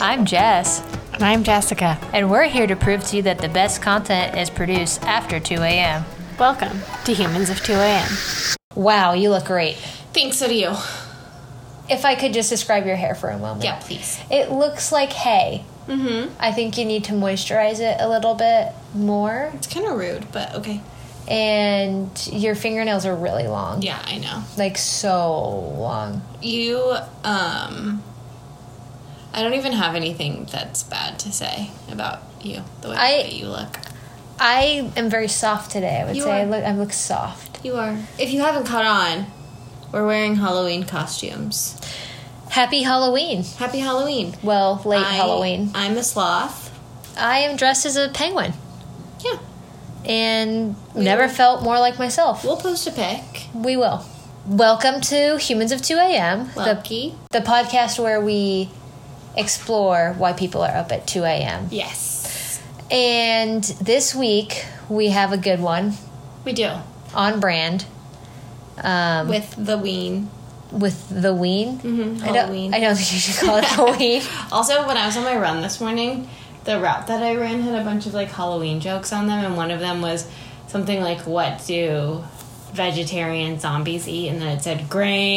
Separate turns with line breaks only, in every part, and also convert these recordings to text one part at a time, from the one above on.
I'm Jess,
And I'm Jessica.
and we're here to prove to you that the best content is produced after 2 a.m.
Welcome to Humans of 2 AM.
Wow, you look great.
Thanks, so do you.
If I could just describe your hair for a moment.
Yeah, please.
It looks like hay. Mm-hmm. I think you need to moisturize it a little bit more,
It's kind of rude, but okay.
and your fingernails are really long.
Yeah, I know.
Like so long.
You, um, I don't even have anything that's bad to say about you, the way
I-
that you look.
I am very soft today. I would
You
say I
are.
look I look soft.
You are. If you haven't caught on, we're wearing Halloween costumes.
Happy Halloween.
Happy Halloween.
Well, late
I-
Halloween.
I'm a sloth.
I am dressed as a penguin
Yeah.
and never
will.
felt more like myself.
We'll post a pic.
We will. Welcome to Humans of 2 AM, the,
Lucky.
the podcast where we explore why people are up at 2 AM.
Yes.
And this week we have a good one
We do.
on brand um, with,
With the ween.
the ween. Mm-hmm, I,
Halloween.
don't, I don't think you should call it the ween.
Also, when I was on my run this morning, the route that I ran had a bunch of like Halloween jokes on them, and one of them was something like, "What do vegetarian zombies eat?" And then it said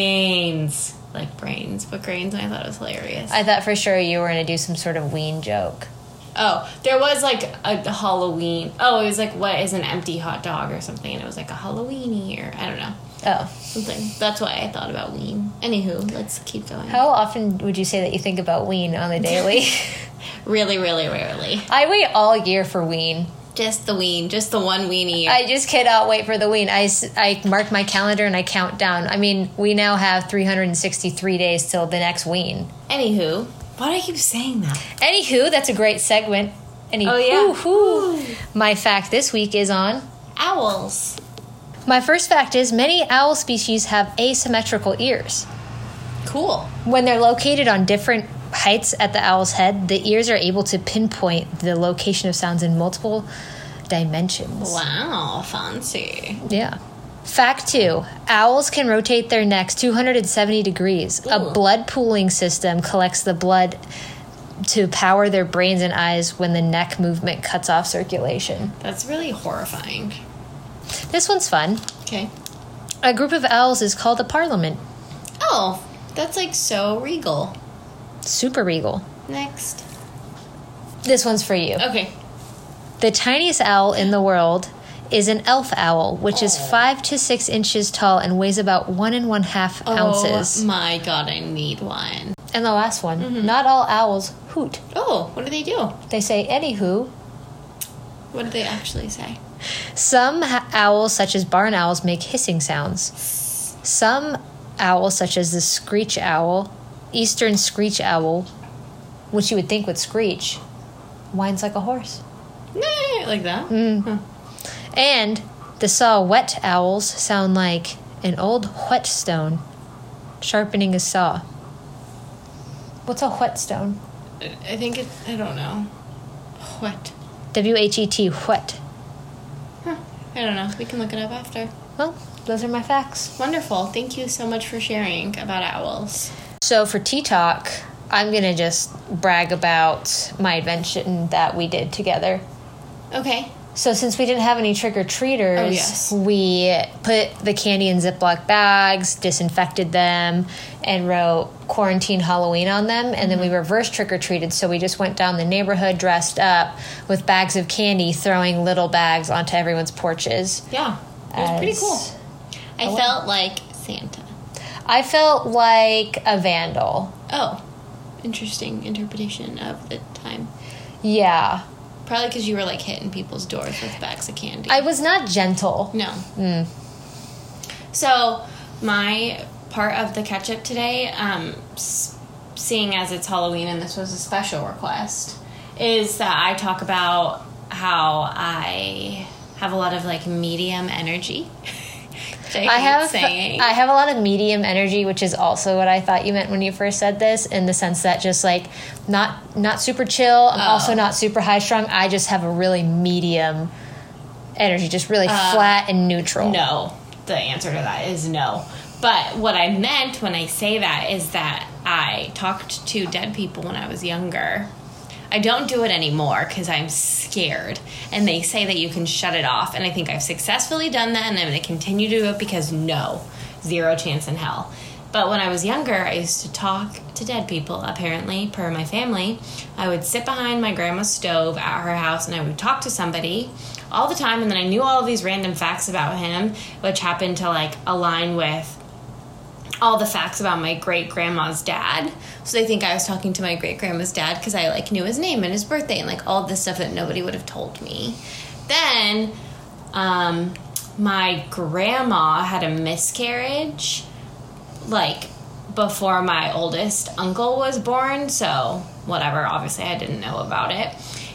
grains, like brains, but grains. And I thought it was hilarious.
I thought for sure you were going to do some sort of ween joke.
oh, there was like a Halloween. Oh, it was like, "What is an empty hot dog?" or something, and it was like a Halloweeny or I don't know
Oh.
something. That's why I thought about ween. Anywho, let's keep going.
How often would you say that you think about ween on the daily?
Really, really rarely.
I wait all year for ween.
Just the ween, just the one weenie.
I just cannot wait for the ween. I, s- I mark my calendar and I count down. I mean, we now have 363 days till the next ween.
Anywho, why do I keep saying that?
Anywho, that's a great segment. Any
Oh, yeah.
hoo-hoo. My fact this week is on.
Owls.
My first fact is many owl species have asymmetrical ears.
Cool.
When they're located on different heights at the owl's head, the ears are able to pinpoint the location of sounds in multiple dimensions.
Wow, fancy.
Yeah. Fact two owls can rotate their necks 270 degrees.
Ooh.
A blood pooling system collects the blood to power their brains and eyes when the neck movement cuts off circulation.
That's really horrifying.
This one's fun.
Okay.
A group of owls is called a parliament.
Oh, that's like so regal.
Super regal.
Next.
This one's for you.
Okay.
The tiniest owl in the world is an elf owl, which is
Oh.
five to six inches tall and weighs about one and one half ounces.
Oh my god, I need one.
And the last one
Mm-hmm.
not all owls hoot.
Oh, what do they do?
They say, anywho,
What do they actually say?
Some ha- owls, such as barn owls, make hissing sounds. Some owls, such as the screech owl, eastern screech owl, which you would think would screech, whines like a horse.
Nah, like that?
And the saw whet owls sound like an old whetstone sharpening a saw. What's a whetstone?
I I think it, I don't know. What?
W H E T, whet.
Huh. I don't know. We can look it up after.
Well, those are my facts.
Wonderful. Thank you so much for sharing about owls.
So for Tea Talk, I'm gonna just brag about my invention that we did together.
Okay.
So since we didn't have any trick or treaters,
Oh, yes.
we put the candy in Ziploc bags, disinfected them, and wrote quarantine Halloween on them. And then we
Mm-hmm.
reverse trick or treated. So we just went down the neighborhood dressed up with bags of candy, throwing little bags onto everyone's porches.
Yeah. It was pretty
As-
cool. I felt like Santa.
I felt like a vandal.
Oh, interesting interpretation of the time.
Yeah.
Probably because you were like hitting people's doors with bags of candy.
I Mm. was not gentle.
no. So, my part of the catch up today, um, s- seeing as it's Halloween and this was a special request, is that I talk about how I have a lot of like medium energy. which I,
I
hate
have
saying.
I have a lot of medium energy, which is also what I thought you meant when you first said this, in the sense that just like not not super chill. I'm
Oh.
also not super high strung. I just have a really medium
Uh,
energy, just really flat and neutral.
No. The answer to that is no. But what I meant when I say that is that I talked to dead people when I was younger. I don't do it anymore because I'm scared. And they say that you can shut it off. And I think I've successfully done that and I'm going to continue to do it because no, zero chance in hell. But when I was younger, I used to talk to dead people, apparently, per my family. I would sit behind my grandma's stove at her house and I would talk to somebody all the time. And then I knew all of these random facts about him, which happened to like align with all the facts about my great grandma's dad. So they think I was talking to my great grandma's dad because I like knew his name and his birthday and like all this stuff that nobody would have told me. Then um, my grandma had a miscarriage like before my oldest uncle was born, so whatever, obviously I didn't know about it.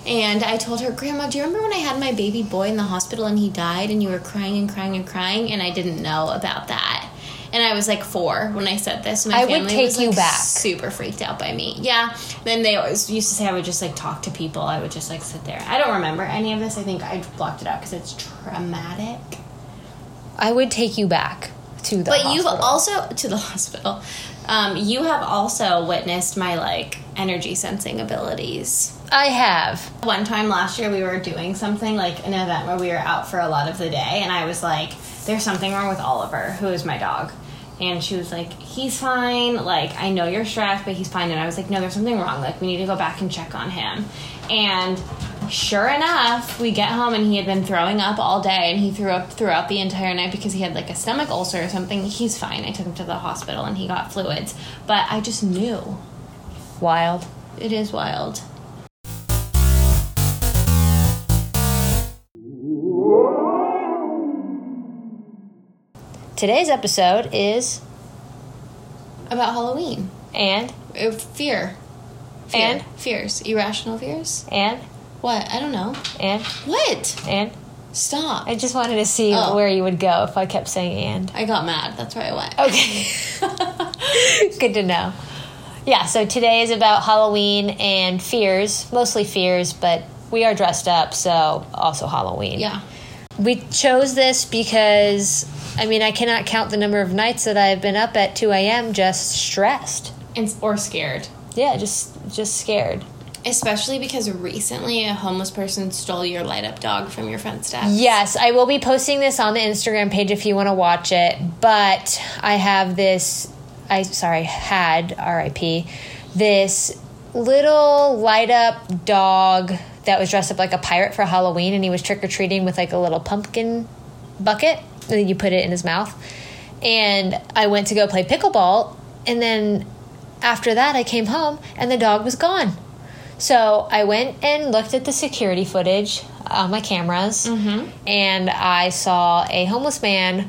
And I told her, Grandma, do you remember when I had my baby boy in the hospital and he died and you were crying and crying and crying and I didn't know about that? And I was like four when I said this. My
I would
family
take
was,
you
like,
back.
Super freaked out by me. Yeah. Then they always used to say I would just like talk to people. I would just like sit there. I don't remember any of this. I think I blocked it out because it's traumatic.
I would take you back to the.
But
hospital.
you've also to the hospital. Um, you have also witnessed my like energy sensing abilities.
I have.
One time last year, we were doing something like an event where we were out for a lot of the day, and I was like, "There's something wrong with Oliver, who is my dog." And she was like, "He's fine. Like I know you're stressed, but he's fine." And I was like, "No, there's something wrong. Like we need to go back and check on him." And sure enough, we get home and he had been throwing up all day, and he threw up throughout the entire night because he had like a stomach ulcer or something. He's fine. I took him to the hospital and he got fluids, but I just knew
Wild.
it is wild.
Today's episode is
About Halloween.
and
Uh, fear. fear.
And?
Fears. Irrational fears?
and
What? I don't know.
and
What?
and.
Stop.
I just wanted to see
Oh.
where you would go if I kept saying and.
I got mad. That's where I went.
Okay. Good to know. Yeah, so today is about Halloween and fears, mostly fears, but we are dressed up, so also Halloween.
Yeah.
We chose this because, I mean, I cannot count the number of nights that I've been up at 2 a.m. just stressed.
And, or scared.
Yeah, just just scared.
Especially because recently a homeless person stole your light up dog from your front step.
Yes, I will be posting this on the Instagram page if you want to watch it. But I have this, I sorry, had RIP, this little light up dog that was dressed up like a pirate for Halloween, and he was trick or treating with like a little pumpkin bucket, and then you put it in his mouth. And I went to go play pickleball, and then after that, I came home and the dog was gone. So I went and looked at the security footage on my cameras, and I saw a homeless man,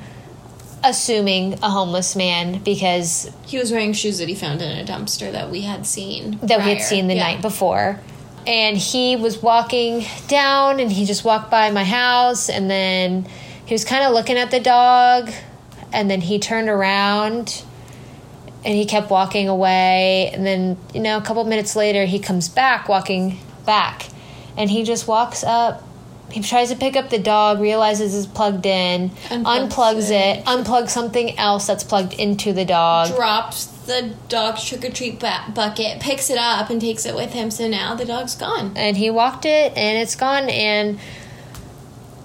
assuming a homeless man because
He was wearing shoes that he found in a dumpster that we had seen.
that we had
prior.
seen the
Yeah.
night before. And he was walking down and he just walked by my house and then he was kind of looking at the dog and then he turned around and he kept walking away and then you know a couple minutes later he comes back walking back and he just walks up he tries to pick up the dog realizes it's plugged in unplugs,
Unplugs
it.
it.
unplugs something else that's plugged into the dog
Drops the dog's trick or treat ba- bucket, picks it up, and takes it with him. So now the dog's gone.
and he walked it and it's gone and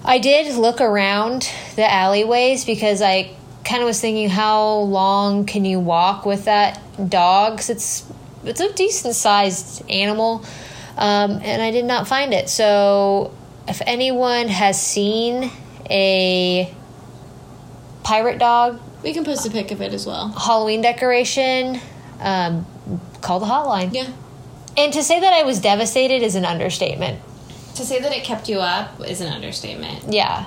i did look around the alleyways because i kind of was thinking how long can you walk with that dog 'Cause it's it's a decent sized animal um, and i did not find it so if anyone has seen a pirate dog
We can post a pic of it as well.
halloween decoration um, call the hotline
Yeah.
and to say that i was devastated is an understatement
To say that it kept you up is an understatement.
Yeah.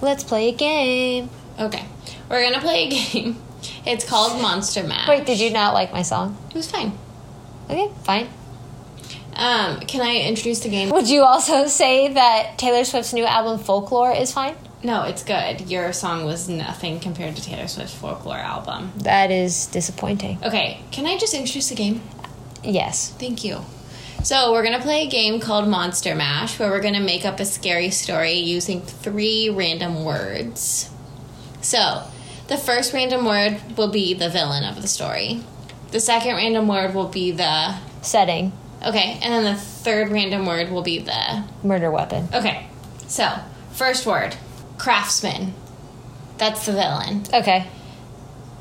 Let's play a game.
Okay, we're gonna play a game. It's called Monster Mash.
Wait, did you not like my song?
It was fine.
Okay, fine.
Um, can I introduce the game?
Would you also say that Taylor Swift's new album Folklore is fine?
No, it's good. Your song was nothing compared to Taylor Swift's Folklore album.
That is disappointing.
Okay, can I just introduce the game?
Yes.
Thank you. So we're gonna play a game called Monster Mash, where we're gonna make up a scary story using three random words. So the first random word will be the villain of the story. The second random word will be the
Setting,
okay, and then the third random word will be the
murder weapon.
okay. So first word, craftsman. That's the villain.
Okay,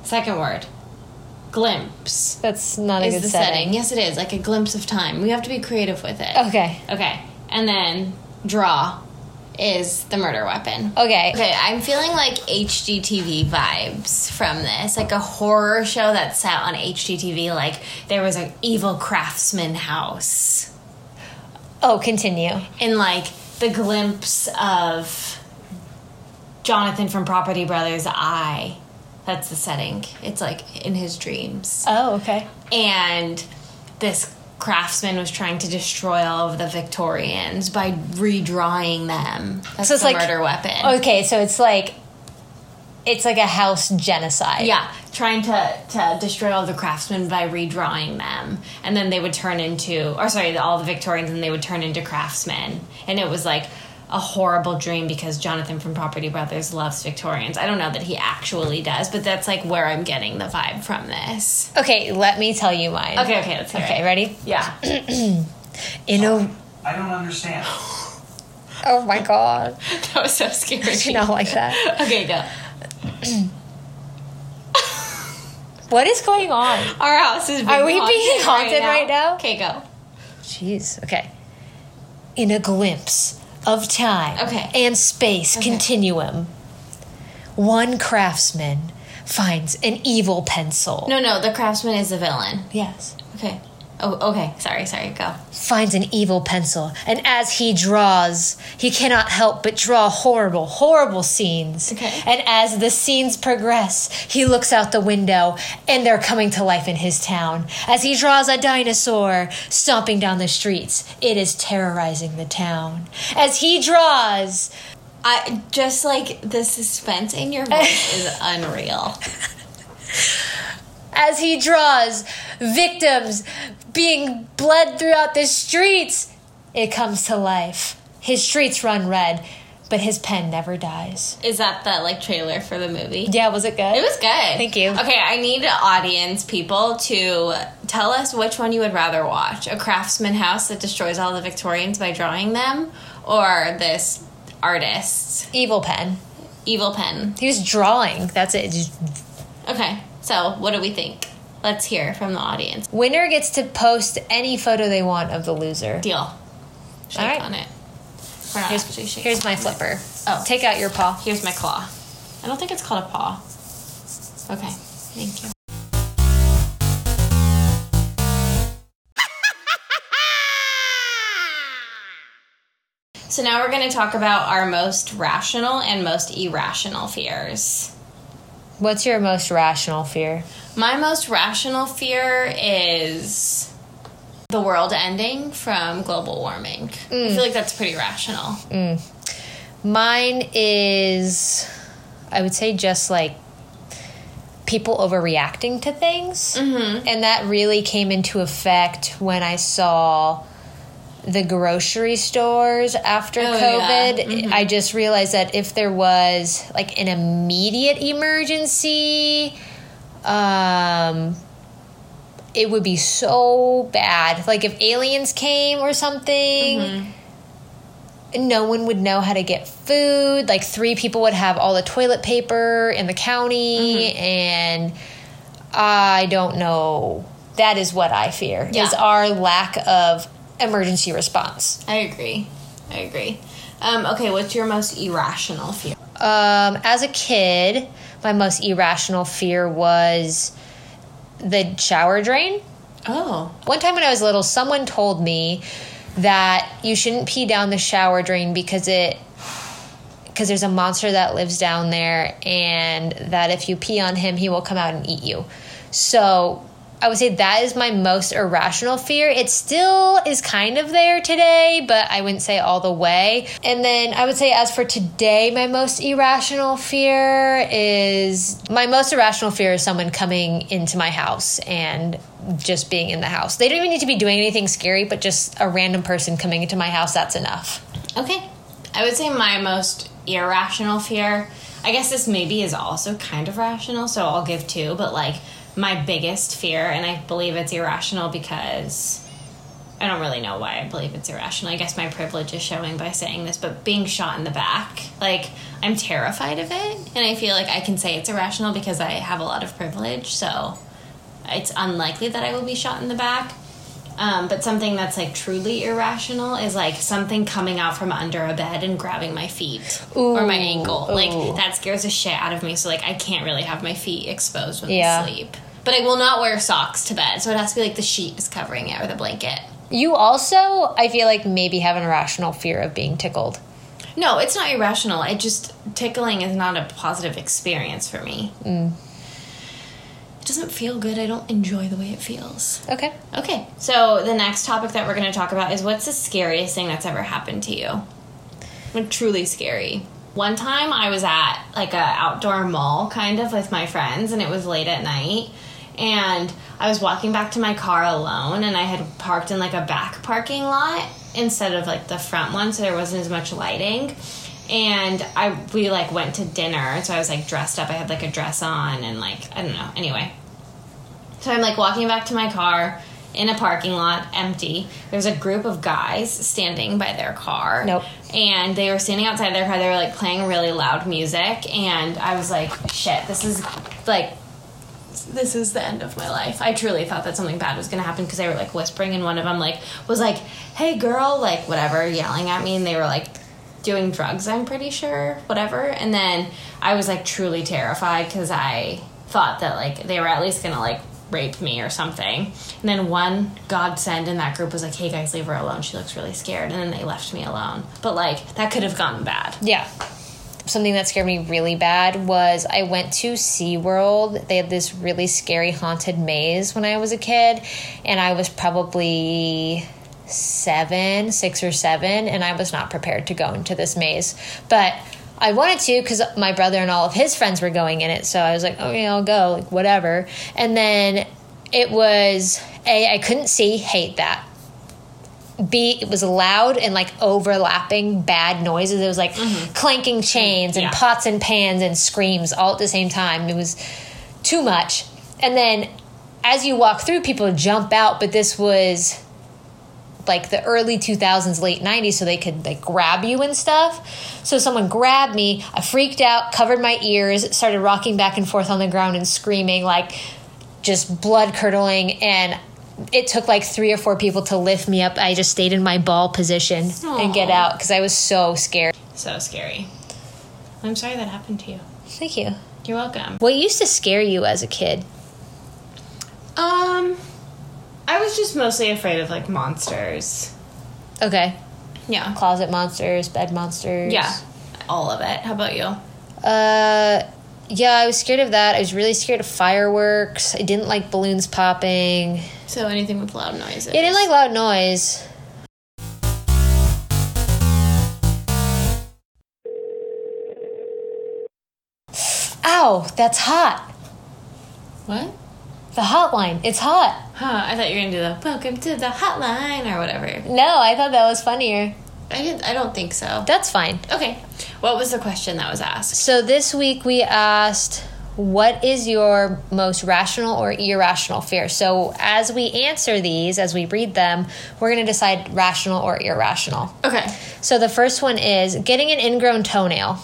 Second word, glimpse.
that's not a
Is
good
the setting.
setting. Oh.
Yes, it is like a glimpse of time. We have to be creative with it.
Okay,
Okay. And then draw is the murder weapon.
okay.
Okay, I'm feeling like HGTV vibes from this, like a horror show that's set on HGTV. Like there was an evil craftsman house,
Oh, continue.
and like the glimpse of Jonathan from Property Brothers' eye. That's the setting. It's like in his dreams
Oh, okay.
and this craftsman was trying to destroy all of the Victorians by redrawing them. That's
So it's
the
like-
murder weapon.
Okay, so it's like it's like a house genocide.
yeah, trying to, to destroy all the craftsmen by redrawing them. And then they would turn into, or sorry, all the Victorians, and they would turn into craftsmen. And it was like a horrible dream because Jonathan from Property Brothers loves Victorians. I don't know that he actually does, but that's like where I'm getting the vibe from this.
Okay, let me tell you mine.
Okay, okay, let's hear
Okay,
it.
ready?
Yeah.
In a
I don't understand.
Oh my god.
that was so scary.
Did you not like that?
Okay, go.
What is going on?
Our house is. Being
Are we being haunted right now?
Okay, go.
Jeez. Okay. In a glimpse of time
Okay.
and space continuum, one craftsman finds an evil pencil.
No, no, the craftsman is the villain.
Yes.
Okay. Oh, okay. Sorry, sorry. Go.
finds an evil pencil, and as he draws, he cannot help but draw horrible, horrible scenes.
Okay.
And as the scenes progress, he looks out the window, and they're coming to life in his town. As he draws a dinosaur stomping down the streets, it is terrorizing the town. As he draws,
I just like the suspense in your voice is unreal.
as he draws victims being bled throughout the streets, it comes to life. His streets run red, but his pen never dies.
Is that the like trailer for the movie?
Yeah, was it good?
It was good.
Thank you.
Okay, I need audience people to tell us which one you would rather watch: a craftsman house that destroys all the Victorians by drawing them, or this artist
evil pen.
evil pen.
He was drawing. That's it. Just-
Okay, so what do we think? Let's hear from the audience.
Winner gets to post any photo they want of the loser.
Deal. Shake
All right.
on it. We're not
Here's,
actually shaking.
here's my flipper.
Oh.
Take out your paw.
Here's my claw. I don't think it's called a paw. Okay, thank you. So now we're going to talk about our most rational and most irrational fears.
What's your most rational fear?
My most rational fear is the world ending from global warming. I feel like that's pretty rational.
Mine is, I would say, just like people overreacting to things. Mm-hmm. And that really came into effect when I saw the grocery stores after
yeah.
COVID. I just realized that if there was like an immediate emergency, um, it would be so bad. Like if aliens came or something no one would know how to get food. Like three people would have all the toilet paper in the county, and I don't know. That is what I fear
Yeah.
is our lack of emergency response.
I agree. I agree. Um, okay, what's your most irrational fear?
Um, as a kid, my most irrational fear was the shower drain.
Oh.
One time when I was little, someone told me that you shouldn't pee down the shower drain because it because there's a monster that lives down there and that if you pee on him, he will come out and eat you. So I would say that is my most irrational fear. It still is kind of there today, but I wouldn't say all the way. And then I would say, as for today, my most irrational fear is my most irrational fear is someone coming into my house and just being in the house. They don't even need to be doing anything scary, but just a random person coming into my house, that's enough.
Okay. I would say my most irrational fear, I guess this maybe is also kind of rational, so I'll give two, but like my biggest fear, and I believe it's irrational because I don't really know why I believe it's irrational. I guess my privilege is showing by saying this, but being shot in the back, like I'm terrified of it, and I feel like I can say it's irrational because I have a lot of privilege, so it's unlikely that I will be shot in the back. Um, but something that's like truly irrational is like something coming out from under a bed and grabbing my feet or my ankle. Like that scares the shit out of me. So like I can't really have my feet exposed when
Yeah.
I sleep. But I will not wear socks to bed, so it has to be like the sheet is covering it or the blanket.
You also, I feel like, maybe have an irrational fear of being tickled.
No, it's not irrational. It just tickling is not a positive experience for me. It doesn't feel good. I don't enjoy the way it feels.
Okay.
Okay, so the next topic that we're going to talk about is what's the scariest thing that's ever happened to you? Like, truly scary. One time I was at like a outdoor mall kind of with my friends and it was late at night and I was walking back to my car alone and I had parked in like a back parking lot instead of like the front one so there wasn't as much lighting and I we like went to dinner so I was like dressed up I had like a dress on and like I don't know anyway so I'm like walking back to my car in a parking lot, empty. There's a group of guys standing by their car.
Nope.
And they were standing outside their car. They were like playing really loud music. And I was like, shit, this is like, this is the end of my life. I truly thought that something bad was going to happen because they were like whispering. And one of them like was like, hey girl, like whatever, yelling at me. And they were like, doing drugs, I'm pretty sure, whatever. And then I was like truly terrified because I thought that like they were at least gonna like rape me or something. And then one godsend in that group was like, hey guys, leave her alone. She looks really scared. And then they left me alone. But like that could have gone bad.
Yeah. Something that scared me really bad was I went to SeaWorld. They had this really scary haunted maze when I was a kid, and I was probably seven, six or seven, and I was not prepared to go into this maze. But I wanted to because my brother and all of his friends were going in it, so I was like, okay, I'll go, like, whatever. And then it was A, I couldn't see, hate that. B, it was loud and like overlapping bad noises. It was like clanking chains and
Yeah.
pots and pans and screams all at the same time. It was too much. And then as you walk through, people jump out, but this was like the early 2000s, late 90s, so they could like grab you and stuff. So someone grabbed me. I freaked out, covered my ears, started rocking back and forth on the ground and screaming, like just blood curdling. And it took like three or four people to lift me up. I just stayed in my ball position and get
Aw.
out because I was so scared.
So scary. I'm sorry that happened to you.
Thank you.
You're welcome.
What used to scare you as a kid?
Um, I was just mostly afraid of like monsters.
Okay.
Yeah.
Closet monsters, bed monsters.
Yeah. All of it. How about you?
Uh, yeah, I was scared of that. I was really scared of fireworks. I didn't like balloons popping.
So anything with loud noises.
I didn't like loud noise. Ow, that's hot.
what?
The hotline. It's hot.
Huh, I thought you were gonna do the welcome to the hotline or whatever.
No, I thought that was funnier.
I didn't. I don't think so.
That's fine.
Okay, what was the question that was asked?
So this week we asked, what is your most rational or irrational fear? So as we answer these, as we read them, we're going to decide rational or irrational.
Okay,
So the first one is getting an ingrown toenail.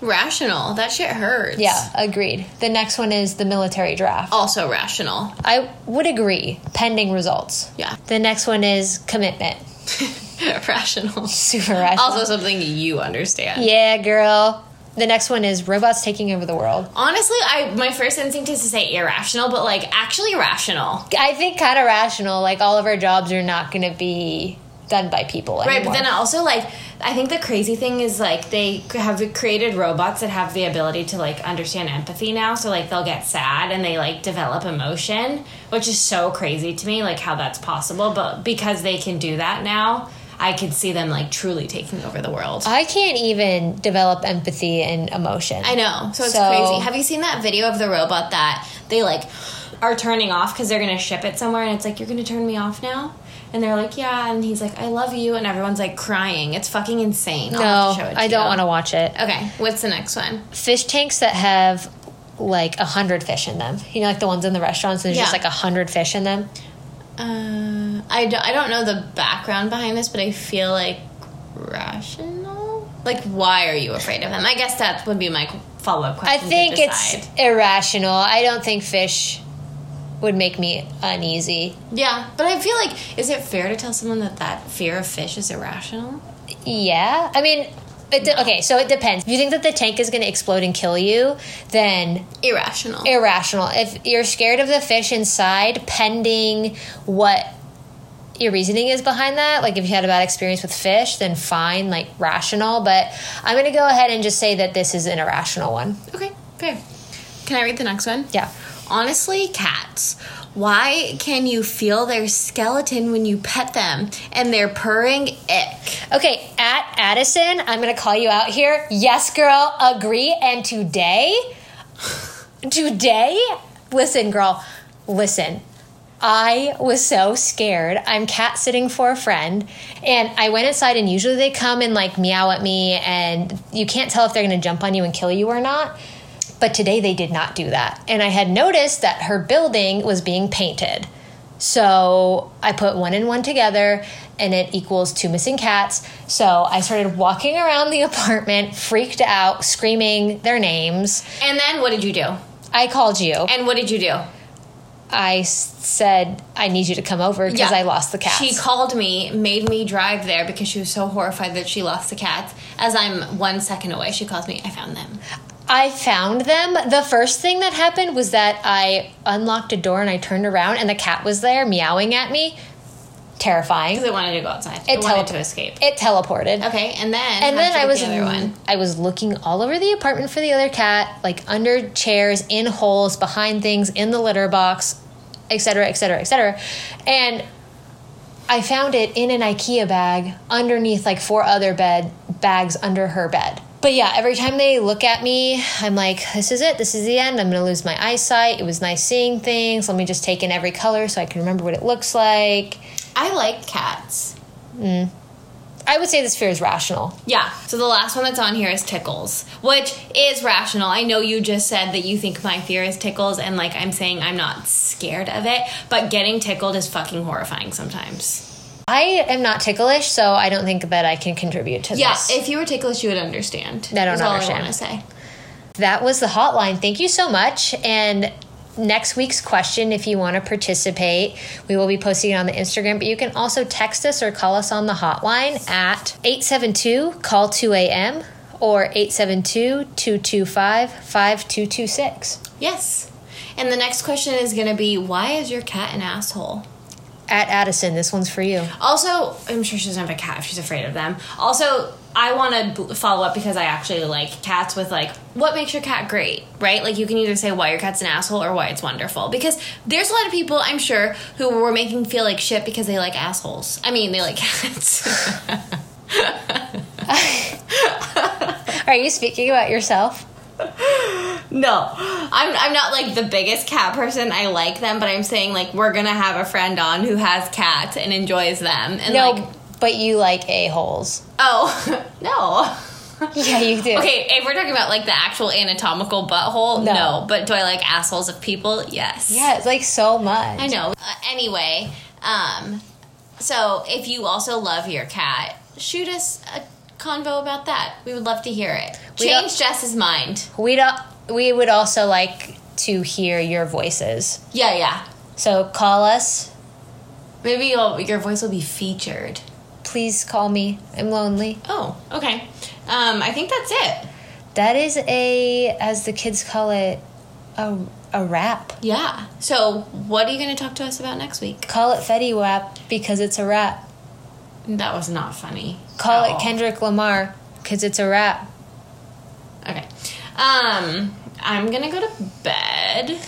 rational. That shit hurts.
Yeah, agreed. The next one is the military draft.
Also rational.
I would agree, pending results.
Yeah.
The next one is commitment.
rational.
Super rational.
Also something you understand.
yeah, girl. The next one is robots taking over the world.
Honestly, I my first instinct is to say irrational, but like actually rational.
I think kind of rational. Like all of our jobs are not going to be done by people
Right,
anymore.
but then I also like I think the crazy thing is like they have created robots that have the ability to like understand empathy now. So like they'll get sad and they like develop emotion, which is so crazy to me. Like how that's possible, but because they can do that now, I can see them like truly taking over the world.
I can't even develop empathy and emotion.
I know. So it's
So-
crazy. Have you seen that video of the robot that they like are turning off because they're going to ship it somewhere and it's like, you're going to turn me off now? And they're like, yeah. And he's like, I love you. And everyone's like crying. It's fucking insane.
no, I don't want to watch it.
to. Okay, what's the next one?
Fish tanks that have like a hundred fish in them. You know, like the ones in the restaurants. There's just
Yeah.
like a hundred fish in them.
Uh, I, don't, I don't know the background behind this, but I feel like rational. Like, why are you afraid of him? I guess that would be my follow up
I
question. to
think it's
decide.
irrational. I don't think fish would make me uneasy.
Yeah, but I feel like, is it fair to tell someone that that fear of fish is irrational?
Yeah, I mean. It de- okay, so it depends. If you think that the tank is going to explode and kill you, then
Irrational.
irrational. If you're scared of the fish inside, pending what your reasoning is behind that, like if you had a bad experience with fish, then fine, like rational. But I'm going to go ahead and just say that this is an irrational one.
okay, fair. Can I read the next one?
Yeah.
Honestly, cats. Why can you feel their skeleton when you pet them and they're purring ick?
Okay, at Addison, I'm going to call you out here. Yes, girl, agree. And today, today, listen, girl, listen. I was so scared. I'm cat sitting for a friend, and I went inside, and usually they come and like meow at me, and you can't tell if they're going to jump on you and kill you or not. But today they did not do that. And I had noticed that her building was being painted. So I put one and one together and it equals two missing cats. So I started walking around the apartment, freaked out, screaming their names.
And then what did you do?
I called you.
And what did you do?
I s- said, I need you to come over because I lost the cats.
She called me, made me drive there because she was so horrified that she lost the cats. As I'm one second away, she calls me, I found them.
I found them. The first thing that happened was that I unlocked a door and I turned around and the cat was there meowing at me. Terrifying.
Because I wanted to go outside.
It
I wanted
tele-
to escape.
It teleported.
Okay, and then
and then
how'd you
I
get
was
the other one.
I was looking all over the apartment for the other cat, like under chairs, in holes, behind things, in the litter box, etc., etc., etc. And I found it in an IKEA bag underneath like four other bed bags under her bed. But yeah, every time they look at me, I'm like, this is it. This is the end. I'm going to lose my eyesight. It was nice seeing things. Let me just take in every color so I can remember what it looks like.
I like cats.
I would say this fear is rational.
Yeah. So the last one that's on here is tickles, which is rational. I know you just said that you think my fear is tickles, and like I'm saying I'm not scared of it, but getting tickled is fucking horrifying sometimes.
I am not ticklish, so I don't think that I can contribute to
Yeah.
this.
If you were ticklish, you would understand.
I don't
is
understand.
All I want to say.
that was the hotline. Thank you so much. And next week's question, if you want to participate, we will be posting it on the Instagram, but you can also text us or call us on the hotline at 872 call 2 a.m. or 872 225 5226.
Yes. And the next question is going to be, why is your cat an asshole?
At Addison, this one's for you.
Also, I'm sure she doesn't have a cat if she's afraid of them. Also, I want to follow up because I actually like cats with like what makes your cat great, right? Like you can either say why your cat's an asshole or why it's wonderful because there's a lot of people I'm sure who were making feel like shit because they like assholes. I mean, they like cats.
Are you speaking about yourself?
no, I'm I'm not like the biggest cat person. I like them, but I'm saying like we're gonna have a friend on who has cats and enjoys them. And
No,
like,
but you like a-holes.
oh no.
Yeah, you do.
Okay, if we're talking about like the actual anatomical butthole,
No.
no. But do I like assholes of people? Yes.
Yeah, it's like so much.
I know. Uh, anyway, um, so if you also love your cat, shoot us a convo about that. We would love to hear it.
We don't-
Change Jess's mind.
We don't. We would also like to hear your voices.
Yeah, yeah.
So call us.
Maybe you'll, your voice will be featured.
Please call me. I'm lonely.
Oh, okay. Um, I think that's it.
That is a, as the kids call it, a a rap.
Yeah. So, what are you going to talk to us about next week?
Call it Fetty Wap because it's a rap.
That was not funny.
Call
at
it
all.
Kendrick Lamar because it's a wrap.
Okay. Um, I'm gonna go to bed.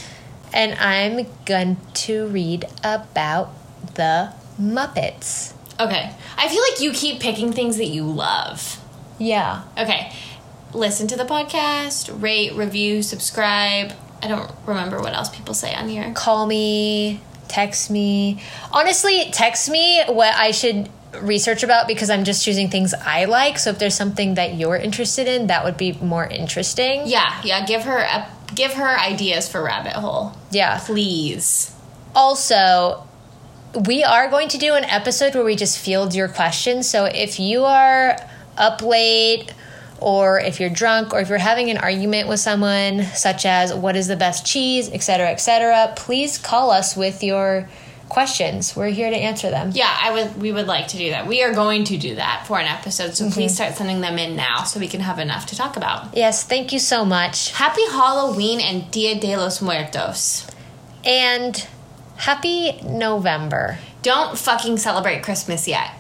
And I'm going to read about the Muppets.
Okay. I feel like you keep picking things that you love.
Yeah.
Okay. Listen to the podcast, rate, review, subscribe. I don't remember what else people say on here.
Call me, text me. Honestly, text me what I should research about because I'm just choosing things I like. So if there's something that you're interested in, that would be more interesting.
Yeah, yeah, give her a, give her ideas for rabbit hole.
Yeah.
Please.
Also, we are going to do an episode where we just field your questions. So if you are up late, or if you're drunk, or if you're having an argument with someone, such as what is the best cheese, et cetera, et cetera, please call us with your questions. We're here to answer them.
Yeah, I would we would like to do that. We are going to do that for an episode, so please start sending them in now so we can have enough to talk about.
Yes, thank you so much.
Happy Halloween and Dia de los Muertos.
And happy November.
Don't fucking celebrate Christmas yet.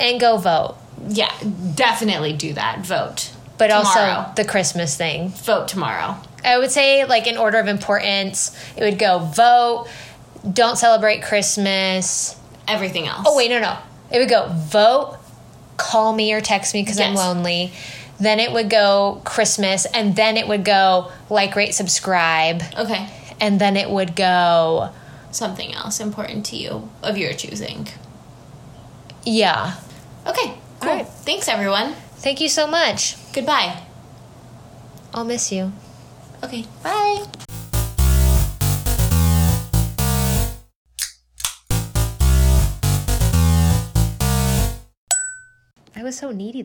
And go vote.
Yeah, definitely do that. Vote.
But
tomorrow.
also the Christmas thing.
vote tomorrow.
I would say, like, in order of importance, it would go vote, don't celebrate Christmas.
Everything else.
Oh, wait, no, no. It would go vote, call me or text me because I'm
Yes.
lonely. Then it would go Christmas, and then it would go like, rate, subscribe,
Okay.
and then it would go,
Something else important to you of your choosing.
yeah.
Okay. Cool.
All right.
Thanks everyone.
Thank you so much.
Goodbye.
I'll miss you.
Okay. Bye.
I was so needy.